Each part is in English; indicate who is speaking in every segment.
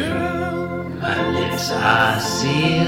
Speaker 1: Girl, my lips are sealed.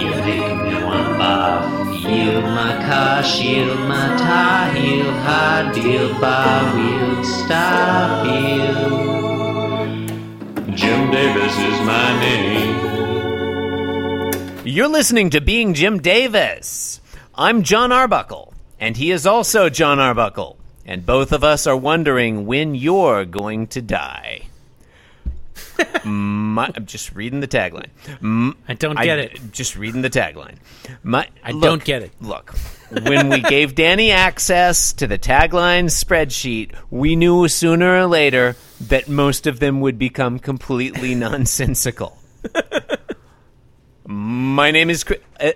Speaker 1: You make me wanna barf. Yield my car, shield my tie, heel, hard deal, bar wheel, stop you. Jim Davis is my name.
Speaker 2: You're listening to Being Jim Davis. I'm John Arbuckle, and he is also John Arbuckle. And both of us are wondering when you're going to die. My, I'm just reading the tagline.
Speaker 3: I don't get
Speaker 2: I-
Speaker 3: it.
Speaker 2: Just reading the tagline. My, I
Speaker 3: don't get it.
Speaker 2: Look, when we gave Danny access to the tagline spreadsheet, we knew sooner or later that most of them would become completely nonsensical. My name is Chri- uh,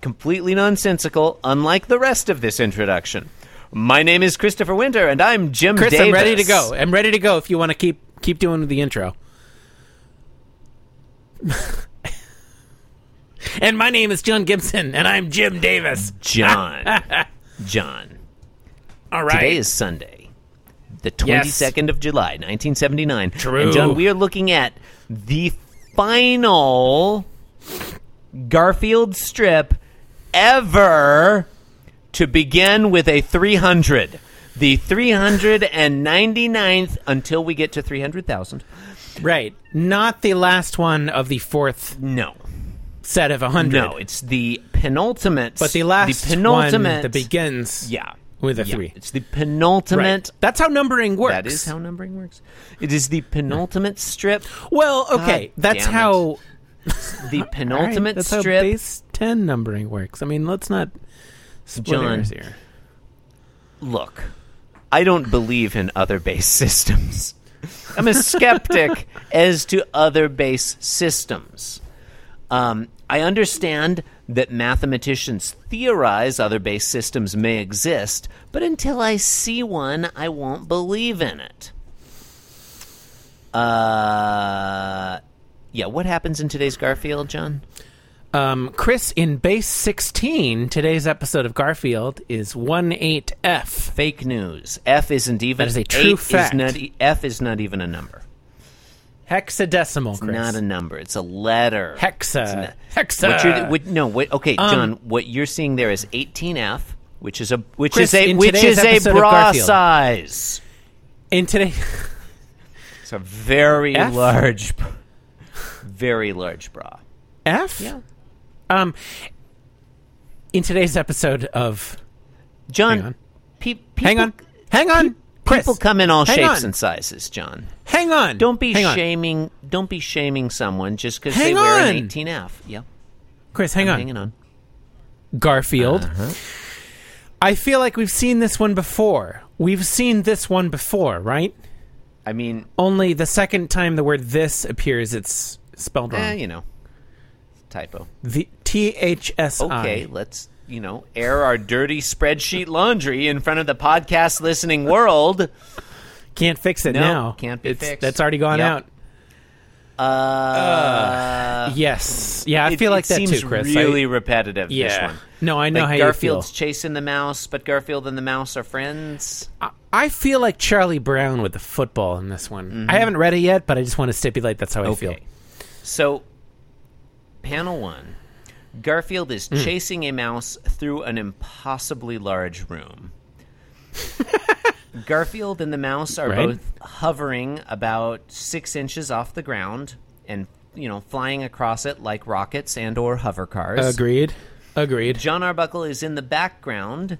Speaker 2: completely nonsensical, unlike the rest of this introduction. My name is Christopher Winter, and I'm Jim.
Speaker 3: Chris, I'm ready to
Speaker 2: Davis.
Speaker 3: go. I'm ready to go. If you want to keep keep doing the intro. and my name is John Gibson, and I'm Jim Davis.
Speaker 2: John. John.
Speaker 3: All right.
Speaker 2: Today is Sunday, the 22nd
Speaker 3: Yes.
Speaker 2: of July, 1979.
Speaker 3: True.
Speaker 2: And John, we are looking at the final Garfield strip ever to begin with a 300. The 399th until we get to 300,000.
Speaker 3: right, not the last one of the fourth
Speaker 2: No.
Speaker 3: set of hundred.
Speaker 2: No, it's the penultimate.
Speaker 3: but the last
Speaker 2: the penultimate,
Speaker 3: one that begins.
Speaker 2: Yeah.
Speaker 3: with a
Speaker 2: Yeah.
Speaker 3: three.
Speaker 2: It's the
Speaker 3: Right.
Speaker 2: penultimate
Speaker 3: That's how numbering works.
Speaker 2: That is how numbering works. It is the penultimate strip.
Speaker 3: Well, okay,
Speaker 2: God
Speaker 3: that's
Speaker 2: damn
Speaker 3: how
Speaker 2: The
Speaker 3: All right,
Speaker 2: penultimate
Speaker 3: that's how
Speaker 2: strip.
Speaker 3: base ten numbering works. I mean, let's not split
Speaker 2: John.
Speaker 3: hairs here.
Speaker 2: Look, I don't believe in other base systems. I'm a skeptic as to other base systems. Um, I understand that mathematicians theorize other base systems may exist, but until I see one, I won't believe in it. Uh, yeah, what happens in today's Garfield, John?
Speaker 3: Um, Chris in base sixteen. Today's episode of Garfield is one eight F.
Speaker 2: fake news. F isn't even.
Speaker 3: That is a true
Speaker 2: eight
Speaker 3: fact.
Speaker 2: Is not, e- F is not even a number.
Speaker 3: Hexadecimal, Chris.
Speaker 2: Not a number. It's a letter.
Speaker 3: hexa.
Speaker 2: not-
Speaker 3: hexa. Um,
Speaker 2: What you're, what, no. What, okay, John. What you're seeing there is 18F, which is a which
Speaker 3: Chris,
Speaker 2: is a
Speaker 3: in
Speaker 2: which is
Speaker 3: today's
Speaker 2: a
Speaker 3: episode of
Speaker 2: bra
Speaker 3: Garfield.
Speaker 2: size.
Speaker 3: in today,
Speaker 2: It's a very
Speaker 3: F?
Speaker 2: large, br- very large bra.
Speaker 3: F.
Speaker 2: Yeah.
Speaker 3: Um, in today's episode of
Speaker 2: John.
Speaker 3: Hang on.
Speaker 2: pe- people,
Speaker 3: hang on, hang on, Chris,
Speaker 2: People come in all
Speaker 3: hang
Speaker 2: shapes
Speaker 3: on.
Speaker 2: and sizes, John.
Speaker 3: hang on.
Speaker 2: Don't be
Speaker 3: hang on.
Speaker 2: shaming. Don't be shaming someone just because they
Speaker 3: Hang
Speaker 2: wear
Speaker 3: on.
Speaker 2: an 18F. Yeah,
Speaker 3: Chris. Hang on.
Speaker 2: hanging Uh-huh. on.
Speaker 3: Garfield. I feel like we've seen this one before. We've seen this one before, right?
Speaker 2: I mean,
Speaker 3: Only the second time the word this appears, it's spelled wrong.
Speaker 2: Eh, you know, typo.
Speaker 3: The T H S I.
Speaker 2: Okay, let's you know air our dirty spreadsheet laundry in front of the podcast listening world.
Speaker 3: Can't fix it
Speaker 2: No,
Speaker 3: now.
Speaker 2: can't be
Speaker 3: It's-
Speaker 2: fixed.
Speaker 3: That's already gone
Speaker 2: Yep.
Speaker 3: out.
Speaker 2: Uh,
Speaker 3: Yes. Yeah, I
Speaker 2: it-
Speaker 3: feel like
Speaker 2: it
Speaker 3: that
Speaker 2: seems
Speaker 3: too, Chris. I-
Speaker 2: Really repetitive. This
Speaker 3: yeah.
Speaker 2: one.
Speaker 3: No, I know
Speaker 2: like
Speaker 3: how
Speaker 2: Garfield's
Speaker 3: you
Speaker 2: chasing the mouse, but Garfield and the mouse are friends.
Speaker 3: feel. I I feel like Charlie Brown with the football in this one.
Speaker 2: Mm-hmm.
Speaker 3: I haven't read it yet, but I just want to stipulate that's how I feel.
Speaker 2: So, panel one Garfield is
Speaker 3: Hmm.
Speaker 2: chasing a mouse through an impossibly large room. Garfield and the mouse are
Speaker 3: Right.
Speaker 2: both hovering about six inches off the ground and, you know, flying across it like rockets and or hover cars.
Speaker 3: Agreed. Agreed.
Speaker 2: John Arbuckle is in the background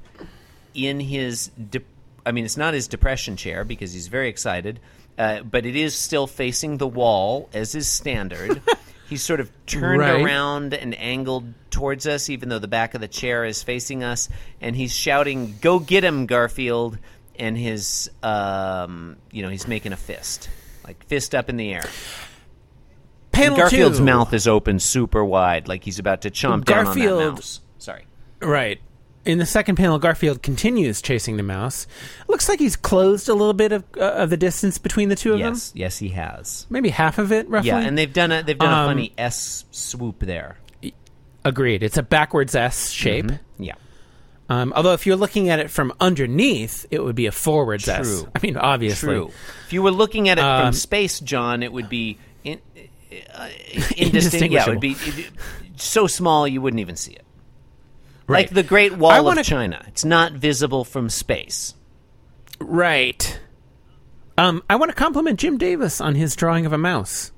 Speaker 2: in his de- I mean it's not his depression chair because he's very excited, uh, but it is still facing the wall as is standard. he's sort of turned
Speaker 3: Right.
Speaker 2: around and angled towards us even though the back of the chair is facing us and he's shouting go get him Garfield and his um, you know he's making a fist. Like fist up in the air.
Speaker 3: Panel
Speaker 2: Garfield's
Speaker 3: two.
Speaker 2: mouth is open super wide, like he's about to chomp down on that
Speaker 3: Garfield-
Speaker 2: mouse. Sorry.
Speaker 3: Right. In the second panel, Garfield continues chasing the mouse. Looks like he's closed a little bit of, uh, of the distance between the two of
Speaker 2: Yes,
Speaker 3: them.
Speaker 2: yes, he has.
Speaker 3: Maybe half of it, roughly.
Speaker 2: Yeah, and they've done a they've done a
Speaker 3: Um,
Speaker 2: funny S swoop there. Mm-hmm.
Speaker 3: agreed. It's a backwards S shape.
Speaker 2: Yeah,
Speaker 3: Um, although if you're looking at it from underneath, it would be a forward S.
Speaker 2: True.
Speaker 3: I mean, obviously.
Speaker 2: True. If you were looking at it
Speaker 3: Um,
Speaker 2: from space, John, it would be in, uh, indistinct. Yeah, it would be it- so small you wouldn't even see it.
Speaker 3: Right.
Speaker 2: Like the Great Wall
Speaker 3: I
Speaker 2: of
Speaker 3: wanna-
Speaker 2: China. It's not visible from space.
Speaker 3: Right. Um, I want to compliment Jim Davis on his drawing of a mouse.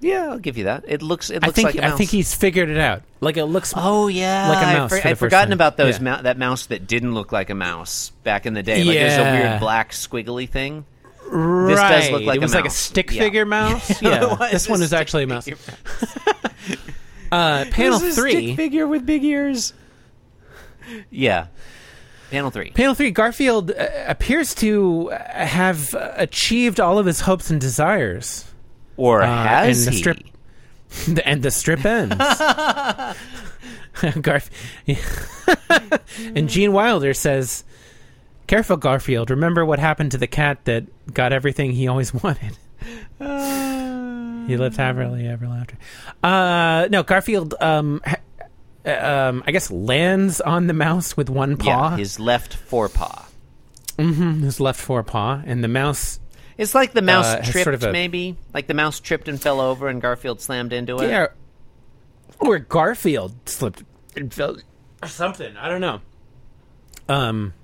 Speaker 2: Yeah, I'll give you that. It looks. It looks
Speaker 3: I think
Speaker 2: like a
Speaker 3: I
Speaker 2: mouse.
Speaker 3: think he's figured it out. Like it looks.
Speaker 2: Oh yeah,
Speaker 3: Like a
Speaker 2: I
Speaker 3: mouse for the
Speaker 2: I'd
Speaker 3: first
Speaker 2: forgotten
Speaker 3: time.
Speaker 2: about those
Speaker 3: Yeah.
Speaker 2: mou- that mouse that didn't look like a mouse back in the day. Like there's a
Speaker 3: Yeah.
Speaker 2: weird black squiggly thing.
Speaker 3: right.
Speaker 2: This does look like
Speaker 3: it
Speaker 2: a
Speaker 3: was like a
Speaker 2: mouse.
Speaker 3: stick
Speaker 2: Yeah.
Speaker 3: figure mouse.
Speaker 2: Yeah.
Speaker 3: yeah,
Speaker 2: Why is
Speaker 3: this one
Speaker 2: it
Speaker 3: is actually a mouse.
Speaker 2: figure
Speaker 3: Uh, panel
Speaker 2: There's a
Speaker 3: three.
Speaker 2: stick figure with big ears. Yeah, panel three.
Speaker 3: Panel three, Garfield uh, appears to uh, have uh, achieved all of his hopes and desires,
Speaker 2: Or
Speaker 3: Uh,
Speaker 2: has
Speaker 3: and the
Speaker 2: he?
Speaker 3: strip, and the strip ends. Garf, and Gene Wilder says, "Careful, Garfield. Remember what happened to the cat that got everything he always wanted. He lived happily ever after." Uh, no, Garfield. Um, ha- uh, um, I guess lands on the mouse with one paw,
Speaker 2: Yeah, his left forepaw.
Speaker 3: his left forepaw, and the mouse
Speaker 2: It's like the mouse
Speaker 3: Uh, has
Speaker 2: tripped,
Speaker 3: sort of a-
Speaker 2: maybe. Like the mouse tripped and fell over, and Garfield slammed into it.
Speaker 3: Yeah. Or Garfield slipped and fell or something. I don't know. Um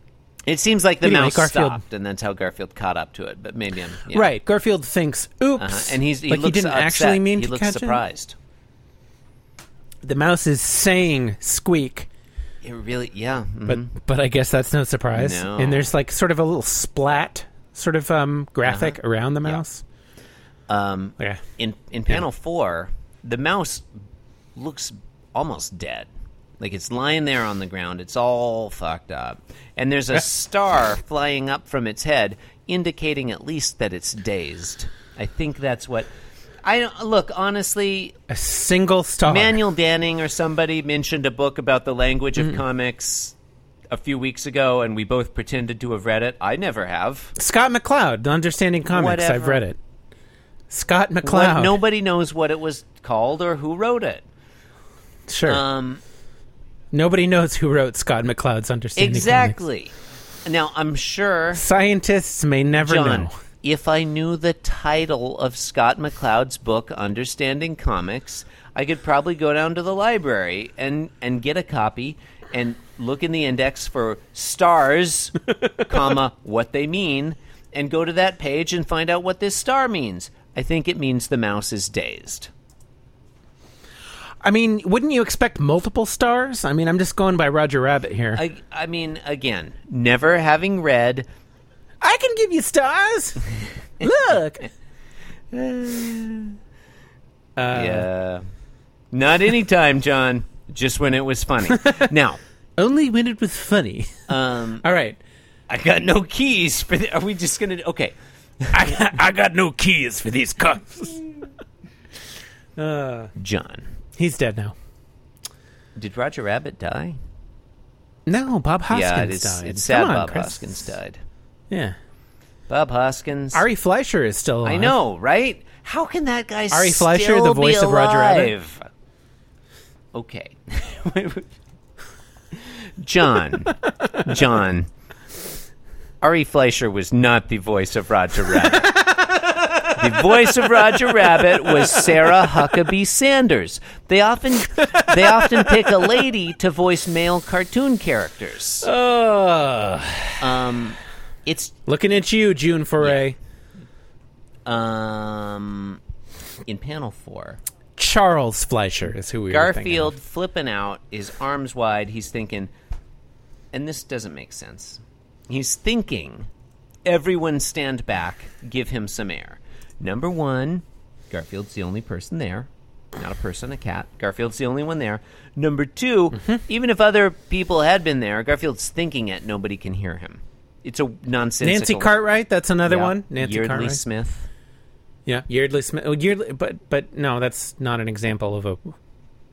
Speaker 2: It seems like the
Speaker 3: Anyway,
Speaker 2: mouse
Speaker 3: Garfield-
Speaker 2: stopped, and that's how Garfield caught up to it. But maybe I'm yeah.
Speaker 3: right. Garfield thinks, oops.
Speaker 2: Uh-huh. And he's he
Speaker 3: like
Speaker 2: looks
Speaker 3: he didn't
Speaker 2: upset.
Speaker 3: actually mean
Speaker 2: he
Speaker 3: to
Speaker 2: looks
Speaker 3: catch
Speaker 2: surprised.
Speaker 3: it. The mouse is saying squeak,
Speaker 2: It really, yeah.
Speaker 3: but
Speaker 2: mhm.
Speaker 3: but I guess that's no surprise.
Speaker 2: No.
Speaker 3: And there's like sort of a little splat sort of um graphic around the mouse.
Speaker 2: Uh-huh. um,
Speaker 3: Yeah.
Speaker 2: in in panel four, the mouse looks almost dead. Like it's lying there on the ground. It's all fucked up, and there's a star flying up from its head, indicating at least that it's dazed. I think that's what. I don't look honestly.
Speaker 3: A single star.
Speaker 2: Manuel Danning or somebody mentioned a book about the language of comics a few weeks ago, and we both pretended to have read it. I never have.
Speaker 3: Scott McCloud, Understanding Comics. I've
Speaker 2: Whatever.
Speaker 3: read it. Scott McCloud.
Speaker 2: What- nobody knows what it was called or who wrote it.
Speaker 3: sure.
Speaker 2: Um,
Speaker 3: nobody knows who wrote Scott McCloud's Understanding Comics.
Speaker 2: exactly. Now I'm sure,
Speaker 3: Scientists may never
Speaker 2: John.
Speaker 3: know.
Speaker 2: If I knew the title of Scott McCloud's book, Understanding Comics, I could probably go down to the library and and get a copy and look in the index for stars, comma what they mean, and go to that page and find out what this star means. I think it means the mouse is dazed.
Speaker 3: I mean, wouldn't you expect multiple stars? I mean, I'm just going by Roger Rabbit here. I,
Speaker 2: I, I mean, again, never having read
Speaker 3: can give you stars. Look.
Speaker 2: Uh, Yeah. Not any time, John. Just when it was funny. now,
Speaker 3: Only when it was funny.
Speaker 2: um,
Speaker 3: All right.
Speaker 2: I got no keys for. The, are we just gonna? Okay.
Speaker 3: I, I got no keys for these cups.
Speaker 2: Uh. John,
Speaker 3: He's dead now.
Speaker 2: did Roger Rabbit die?
Speaker 3: No, Bob Hoskins
Speaker 2: yeah, it is.
Speaker 3: died.
Speaker 2: It's sad
Speaker 3: Come on,
Speaker 2: Bob
Speaker 3: Chris.
Speaker 2: Hoskins died.
Speaker 3: Yeah.
Speaker 2: Bob Hoskins.
Speaker 3: Ari Fleischer is still alive.
Speaker 2: I know, right? How can that guy
Speaker 3: Ari
Speaker 2: still
Speaker 3: Fleischer, the
Speaker 2: be
Speaker 3: voice of Roger Rabbit?
Speaker 2: alive? Okay. John. John. Ari Fleischer was not the voice of Roger Rabbit. the voice of Roger Rabbit was Sarah Huckabee Sanders. They often they often pick a lady to voice male cartoon characters.
Speaker 3: Ugh.
Speaker 2: Um it's
Speaker 3: looking at you, June Foray.
Speaker 2: um in panel 4.
Speaker 3: Charles Fleischer is who we were thinking
Speaker 2: Garfield flipping out, his arms wide. He's thinking, and this doesn't make sense. He's thinking, everyone stand back, give him some air. Number one, Garfield's the only person there. Not a person, a cat. Garfield's the only one there. Number 2
Speaker 3: Mm-hmm.
Speaker 2: even if other people had been there, Garfield's thinking it, nobody can hear him. It's a
Speaker 3: of.
Speaker 2: nonsensical.
Speaker 3: Nancy Cartwright, that's another
Speaker 2: Yeah.
Speaker 3: one. Nancy
Speaker 2: Yeardley
Speaker 3: Cartwright.
Speaker 2: Smith.
Speaker 3: Yeah, Yeardley Smith. Oh, Yeardley, but but no, that's not an example of a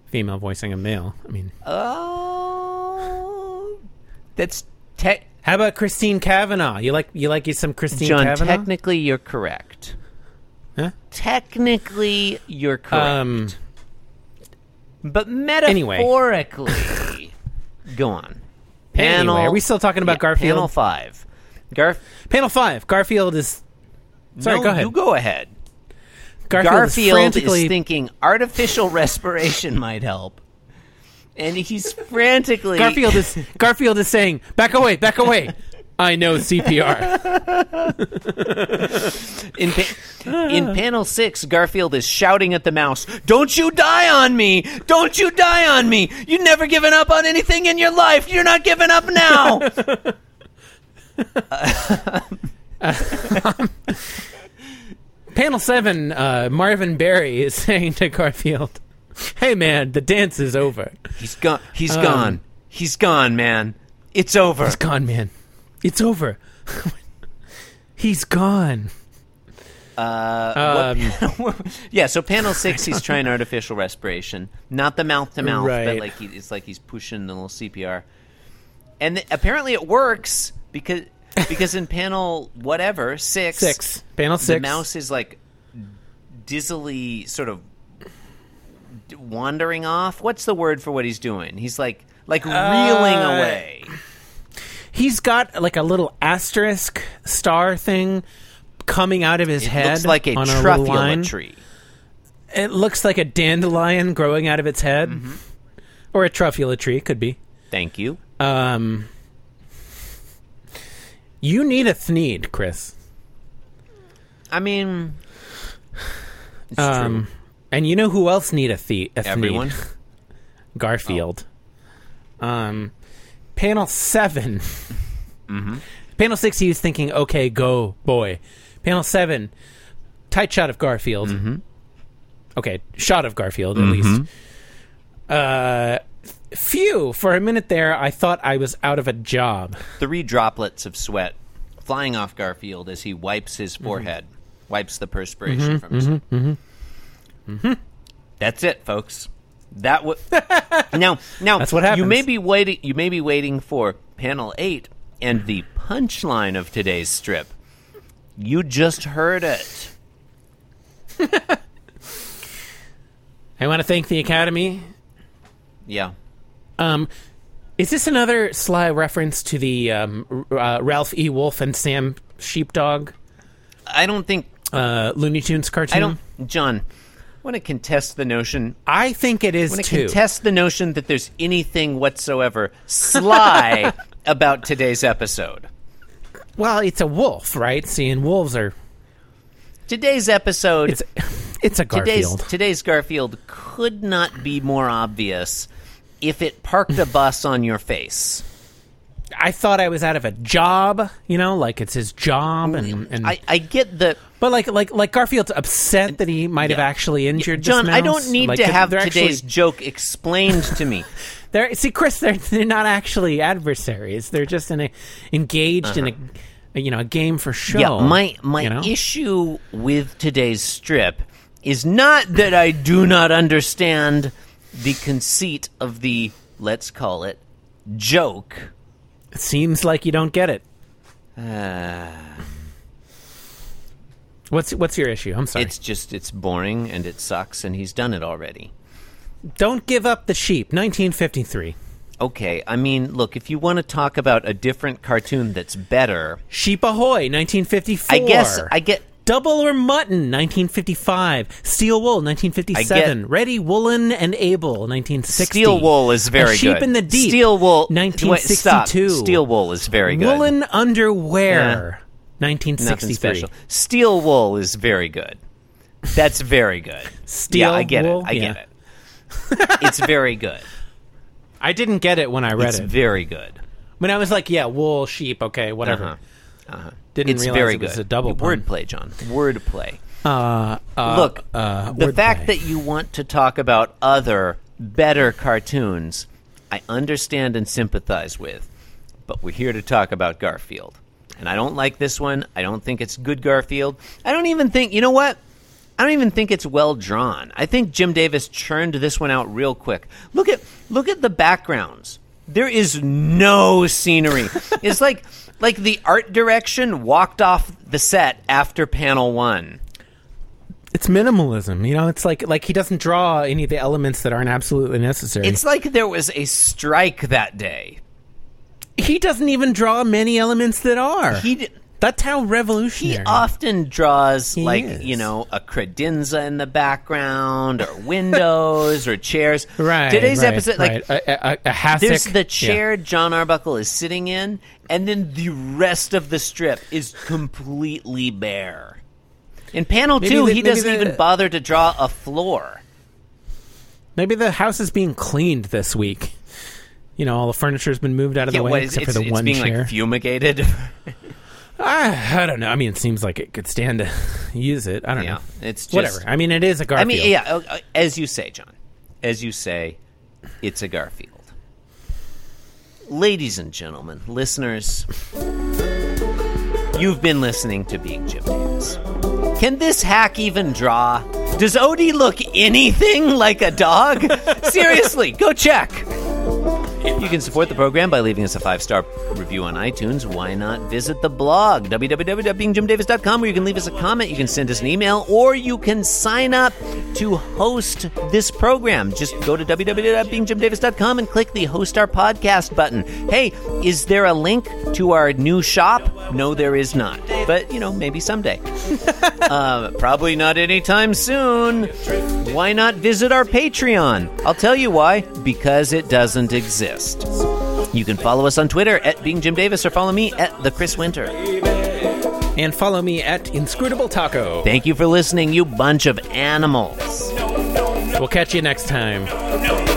Speaker 3: female voicing a male. I mean,
Speaker 2: Oh, that's tech.
Speaker 3: how about Christine Kavanaugh? You like you like you some Christine
Speaker 2: John,
Speaker 3: Kavanaugh?
Speaker 2: technically you're correct.
Speaker 3: Huh?
Speaker 2: Technically you're correct.
Speaker 3: um,
Speaker 2: but
Speaker 3: anyway.
Speaker 2: metaphorically, go on.
Speaker 3: Anyway,
Speaker 2: Panel.
Speaker 3: are we still talking about Garfield?
Speaker 2: Panel five. Garf.
Speaker 3: Panel five. Garfield is. Sorry,
Speaker 2: no,
Speaker 3: go ahead.
Speaker 2: You go ahead.
Speaker 3: Garfield,
Speaker 2: Garfield
Speaker 3: is
Speaker 2: is,
Speaker 3: frantically.
Speaker 2: thinking artificial respiration might help, and he's frantically
Speaker 3: Garfield is Garfield is saying, "Back away, back away." I know CPR.
Speaker 2: in pa- in panel six. Garfield is shouting at the mouse, "Don't you die on me! Don't you die on me! You've never given up on anything in your life. You're not giving up now."
Speaker 3: Panel seven. Uh, Marvin Berry is saying to Garfield, "Hey man, the dance is over.
Speaker 2: he's gone. He's gone. He's gone, man. It's over.
Speaker 3: He's gone, man. It's over. He's gone."
Speaker 2: Uh, What
Speaker 3: Um,
Speaker 2: panel- yeah, so panel six, he's trying artificial respiration, not the mouth to mouth, but
Speaker 3: Right.
Speaker 2: like he, it's like he's pushing the little CPR, and th- apparently it works because because in panel whatever six,
Speaker 3: six. Panel
Speaker 2: the
Speaker 3: six.
Speaker 2: mouse is like dizzily sort of d- wandering off. What's the word for what he's doing? He's like like reeling
Speaker 3: Uh,
Speaker 2: away.
Speaker 3: He's got like a little asterisk star thing coming out of his
Speaker 2: It
Speaker 3: head.
Speaker 2: looks like a
Speaker 3: on a little
Speaker 2: truffula
Speaker 3: line.
Speaker 2: tree.
Speaker 3: It looks like a dandelion growing out of its head,
Speaker 2: Mm-hmm.
Speaker 3: or a truffula tree. Could be.
Speaker 2: Thank you.
Speaker 3: Um, you need a thneed, Chris.
Speaker 2: I mean, it's
Speaker 3: Um, and you know who else need a, the- a thneed?
Speaker 2: true. Everyone.
Speaker 3: Garfield. Um, panel 7 Panel six, he was thinking, "Okay, go, boy." Panel seven, tight shot of Garfield. Okay, shot of Garfield at least. Uh, phew! For a minute there, I thought I was out of a job.
Speaker 2: three droplets of sweat flying off Garfield as he wipes his
Speaker 3: Mm-hmm.
Speaker 2: forehead, wipes the perspiration from his. mm
Speaker 3: mm-hmm.
Speaker 2: That's it, folks. That w- now now
Speaker 3: That's what
Speaker 2: You may
Speaker 3: happens.
Speaker 2: be waiting. You may be waiting for panel eight and the punchline of today's strip. You just heard it.
Speaker 3: I want to thank the Academy.
Speaker 2: Yeah.
Speaker 3: Um, is this another sly reference to the um, R- uh, Ralph E. Wolf and Sam Sheepdog
Speaker 2: I don't think
Speaker 3: uh, Looney Tunes cartoon?
Speaker 2: I don't John. I want to contest the notion
Speaker 3: I think it is
Speaker 2: want to
Speaker 3: too.
Speaker 2: contest the notion that there's anything whatsoever sly about today's episode.
Speaker 3: well, it's a wolf, right? Seeing wolves are
Speaker 2: Today's episode,
Speaker 3: it's it's a
Speaker 2: today's,
Speaker 3: Garfield.
Speaker 2: today's Garfield could not be more obvious if it parked a bus on your face.
Speaker 3: I thought I was out of a job, you know, like it's his job, and, and
Speaker 2: Mm, I, I get the
Speaker 3: but like like like Garfield's upset that he might have
Speaker 2: Yeah.
Speaker 3: actually injured.
Speaker 2: John.
Speaker 3: this
Speaker 2: I
Speaker 3: mouse.
Speaker 2: don't need
Speaker 3: Like,
Speaker 2: to
Speaker 3: they're-
Speaker 2: have
Speaker 3: they're
Speaker 2: today's
Speaker 3: Actually,
Speaker 2: joke explained to me.
Speaker 3: they're see, Chris, they're they're not actually adversaries. They're just in a engaged in a you know a game for show.
Speaker 2: Uh-huh. Yeah, my my
Speaker 3: you know?
Speaker 2: issue with today's strip is not that I do not understand the conceit of the let's call it joke.
Speaker 3: It seems like you don't get it.
Speaker 2: Uh.
Speaker 3: What's what's your issue? I'm sorry.
Speaker 2: It's just it's boring and it sucks and he's done it already.
Speaker 3: Don't give up the sheep. 1953.
Speaker 2: Okay, I mean, look, if you want to talk about a different cartoon that's better,
Speaker 3: Sheep Ahoy, 1954.
Speaker 2: I guess I get
Speaker 3: Double or Mutton, 1955. Steel Wool, 1957. Ready, Woolen, and Able, 1960.
Speaker 2: Steel Wool is very
Speaker 3: a Sheep
Speaker 2: good.
Speaker 3: in the Deep,
Speaker 2: Steel Wool
Speaker 3: 1962.
Speaker 2: Wait, stop. Steel Wool is very good.
Speaker 3: Woolen Underwear,
Speaker 2: Nothing
Speaker 3: 1963.
Speaker 2: special. Steel wool is very good. That's very good. yeah,
Speaker 3: Steel
Speaker 2: I get
Speaker 3: wool?
Speaker 2: it. I get
Speaker 3: Yeah.
Speaker 2: it. It's very good.
Speaker 3: I didn't get it when I read
Speaker 2: It's
Speaker 3: it.
Speaker 2: very good.
Speaker 3: when I was like, yeah, wool, sheep, okay, whatever.
Speaker 2: Uh-huh.
Speaker 3: Didn't
Speaker 2: It's
Speaker 3: realize
Speaker 2: very
Speaker 3: it
Speaker 2: good.
Speaker 3: was a double pun.
Speaker 2: wordplay, John. Wordplay.
Speaker 3: Uh, uh,
Speaker 2: Look,
Speaker 3: uh,
Speaker 2: the fact
Speaker 3: wordplay.
Speaker 2: that you want to talk about other better cartoons, I understand and sympathize with, but we're here to talk about Garfield. And I don't like this one. I don't think it's good Garfield. I don't even think, you know what? I don't even think it's well drawn. I think Jim Davis churned this one out real quick. Look at look at the backgrounds. There is no scenery. it's like like the art direction walked off the set after panel 1.
Speaker 3: it's minimalism, you know. It's like like he doesn't draw any of the elements that aren't absolutely necessary.
Speaker 2: It's like there was a strike that day.
Speaker 3: He doesn't even draw many elements that are.
Speaker 2: He d-
Speaker 3: That's how
Speaker 2: he
Speaker 3: revolutionary.
Speaker 2: often draws
Speaker 3: He
Speaker 2: like
Speaker 3: is.
Speaker 2: you know a credenza in the background or windows or chairs.
Speaker 3: right.
Speaker 2: Today's
Speaker 3: right,
Speaker 2: episode, like
Speaker 3: right. a, a, a, a hassock.
Speaker 2: There's the
Speaker 3: Yeah.
Speaker 2: chair John Arbuckle is sitting in, and then the rest of the strip is completely bare. In panel
Speaker 3: Maybe
Speaker 2: two,
Speaker 3: the-
Speaker 2: he
Speaker 3: maybe
Speaker 2: doesn't
Speaker 3: the-
Speaker 2: even bother to draw a floor.
Speaker 3: Maybe the house is being cleaned this week. You know, all the furniture's been moved out of
Speaker 2: Yeah,
Speaker 3: the way
Speaker 2: what is
Speaker 3: except
Speaker 2: it's,
Speaker 3: for the
Speaker 2: it's
Speaker 3: one
Speaker 2: being
Speaker 3: chair.
Speaker 2: like fumigated?
Speaker 3: I, I don't know. I mean, it seems like it could stand to use it. I don't
Speaker 2: Yeah,
Speaker 3: know.
Speaker 2: it's just-
Speaker 3: whatever. I mean, it is a
Speaker 2: I
Speaker 3: Garfield.
Speaker 2: mean, yeah, uh, uh, as you say, John, as you say, it's a Garfield. Ladies and gentlemen, listeners, you've been listening to Being Jim Davis. Can this hack even draw? Does Odie look anything like a dog? Seriously, go check. You can support the program by leaving us a five star review on iTunes. Why not visit the blog, www.beingjimdavis.com, where you can leave us a comment, you can send us an email, or you can sign up to host this program. Just go to www.beingjimdavis.com and click the Host Our Podcast button. Hey, is there a link to our new shop? No, there is not. But, you know, maybe someday. Uh, probably not anytime soon. Why not visit our Patreon? I'll tell you why. Because it doesn't exist. You can follow us on Twitter at Being Jim Davis or follow me at The Chris Winter.
Speaker 3: And follow me at Inscrutable Taco.
Speaker 2: Thank you for listening, you bunch of animals.
Speaker 3: We'll catch you next time.
Speaker 4: no, no.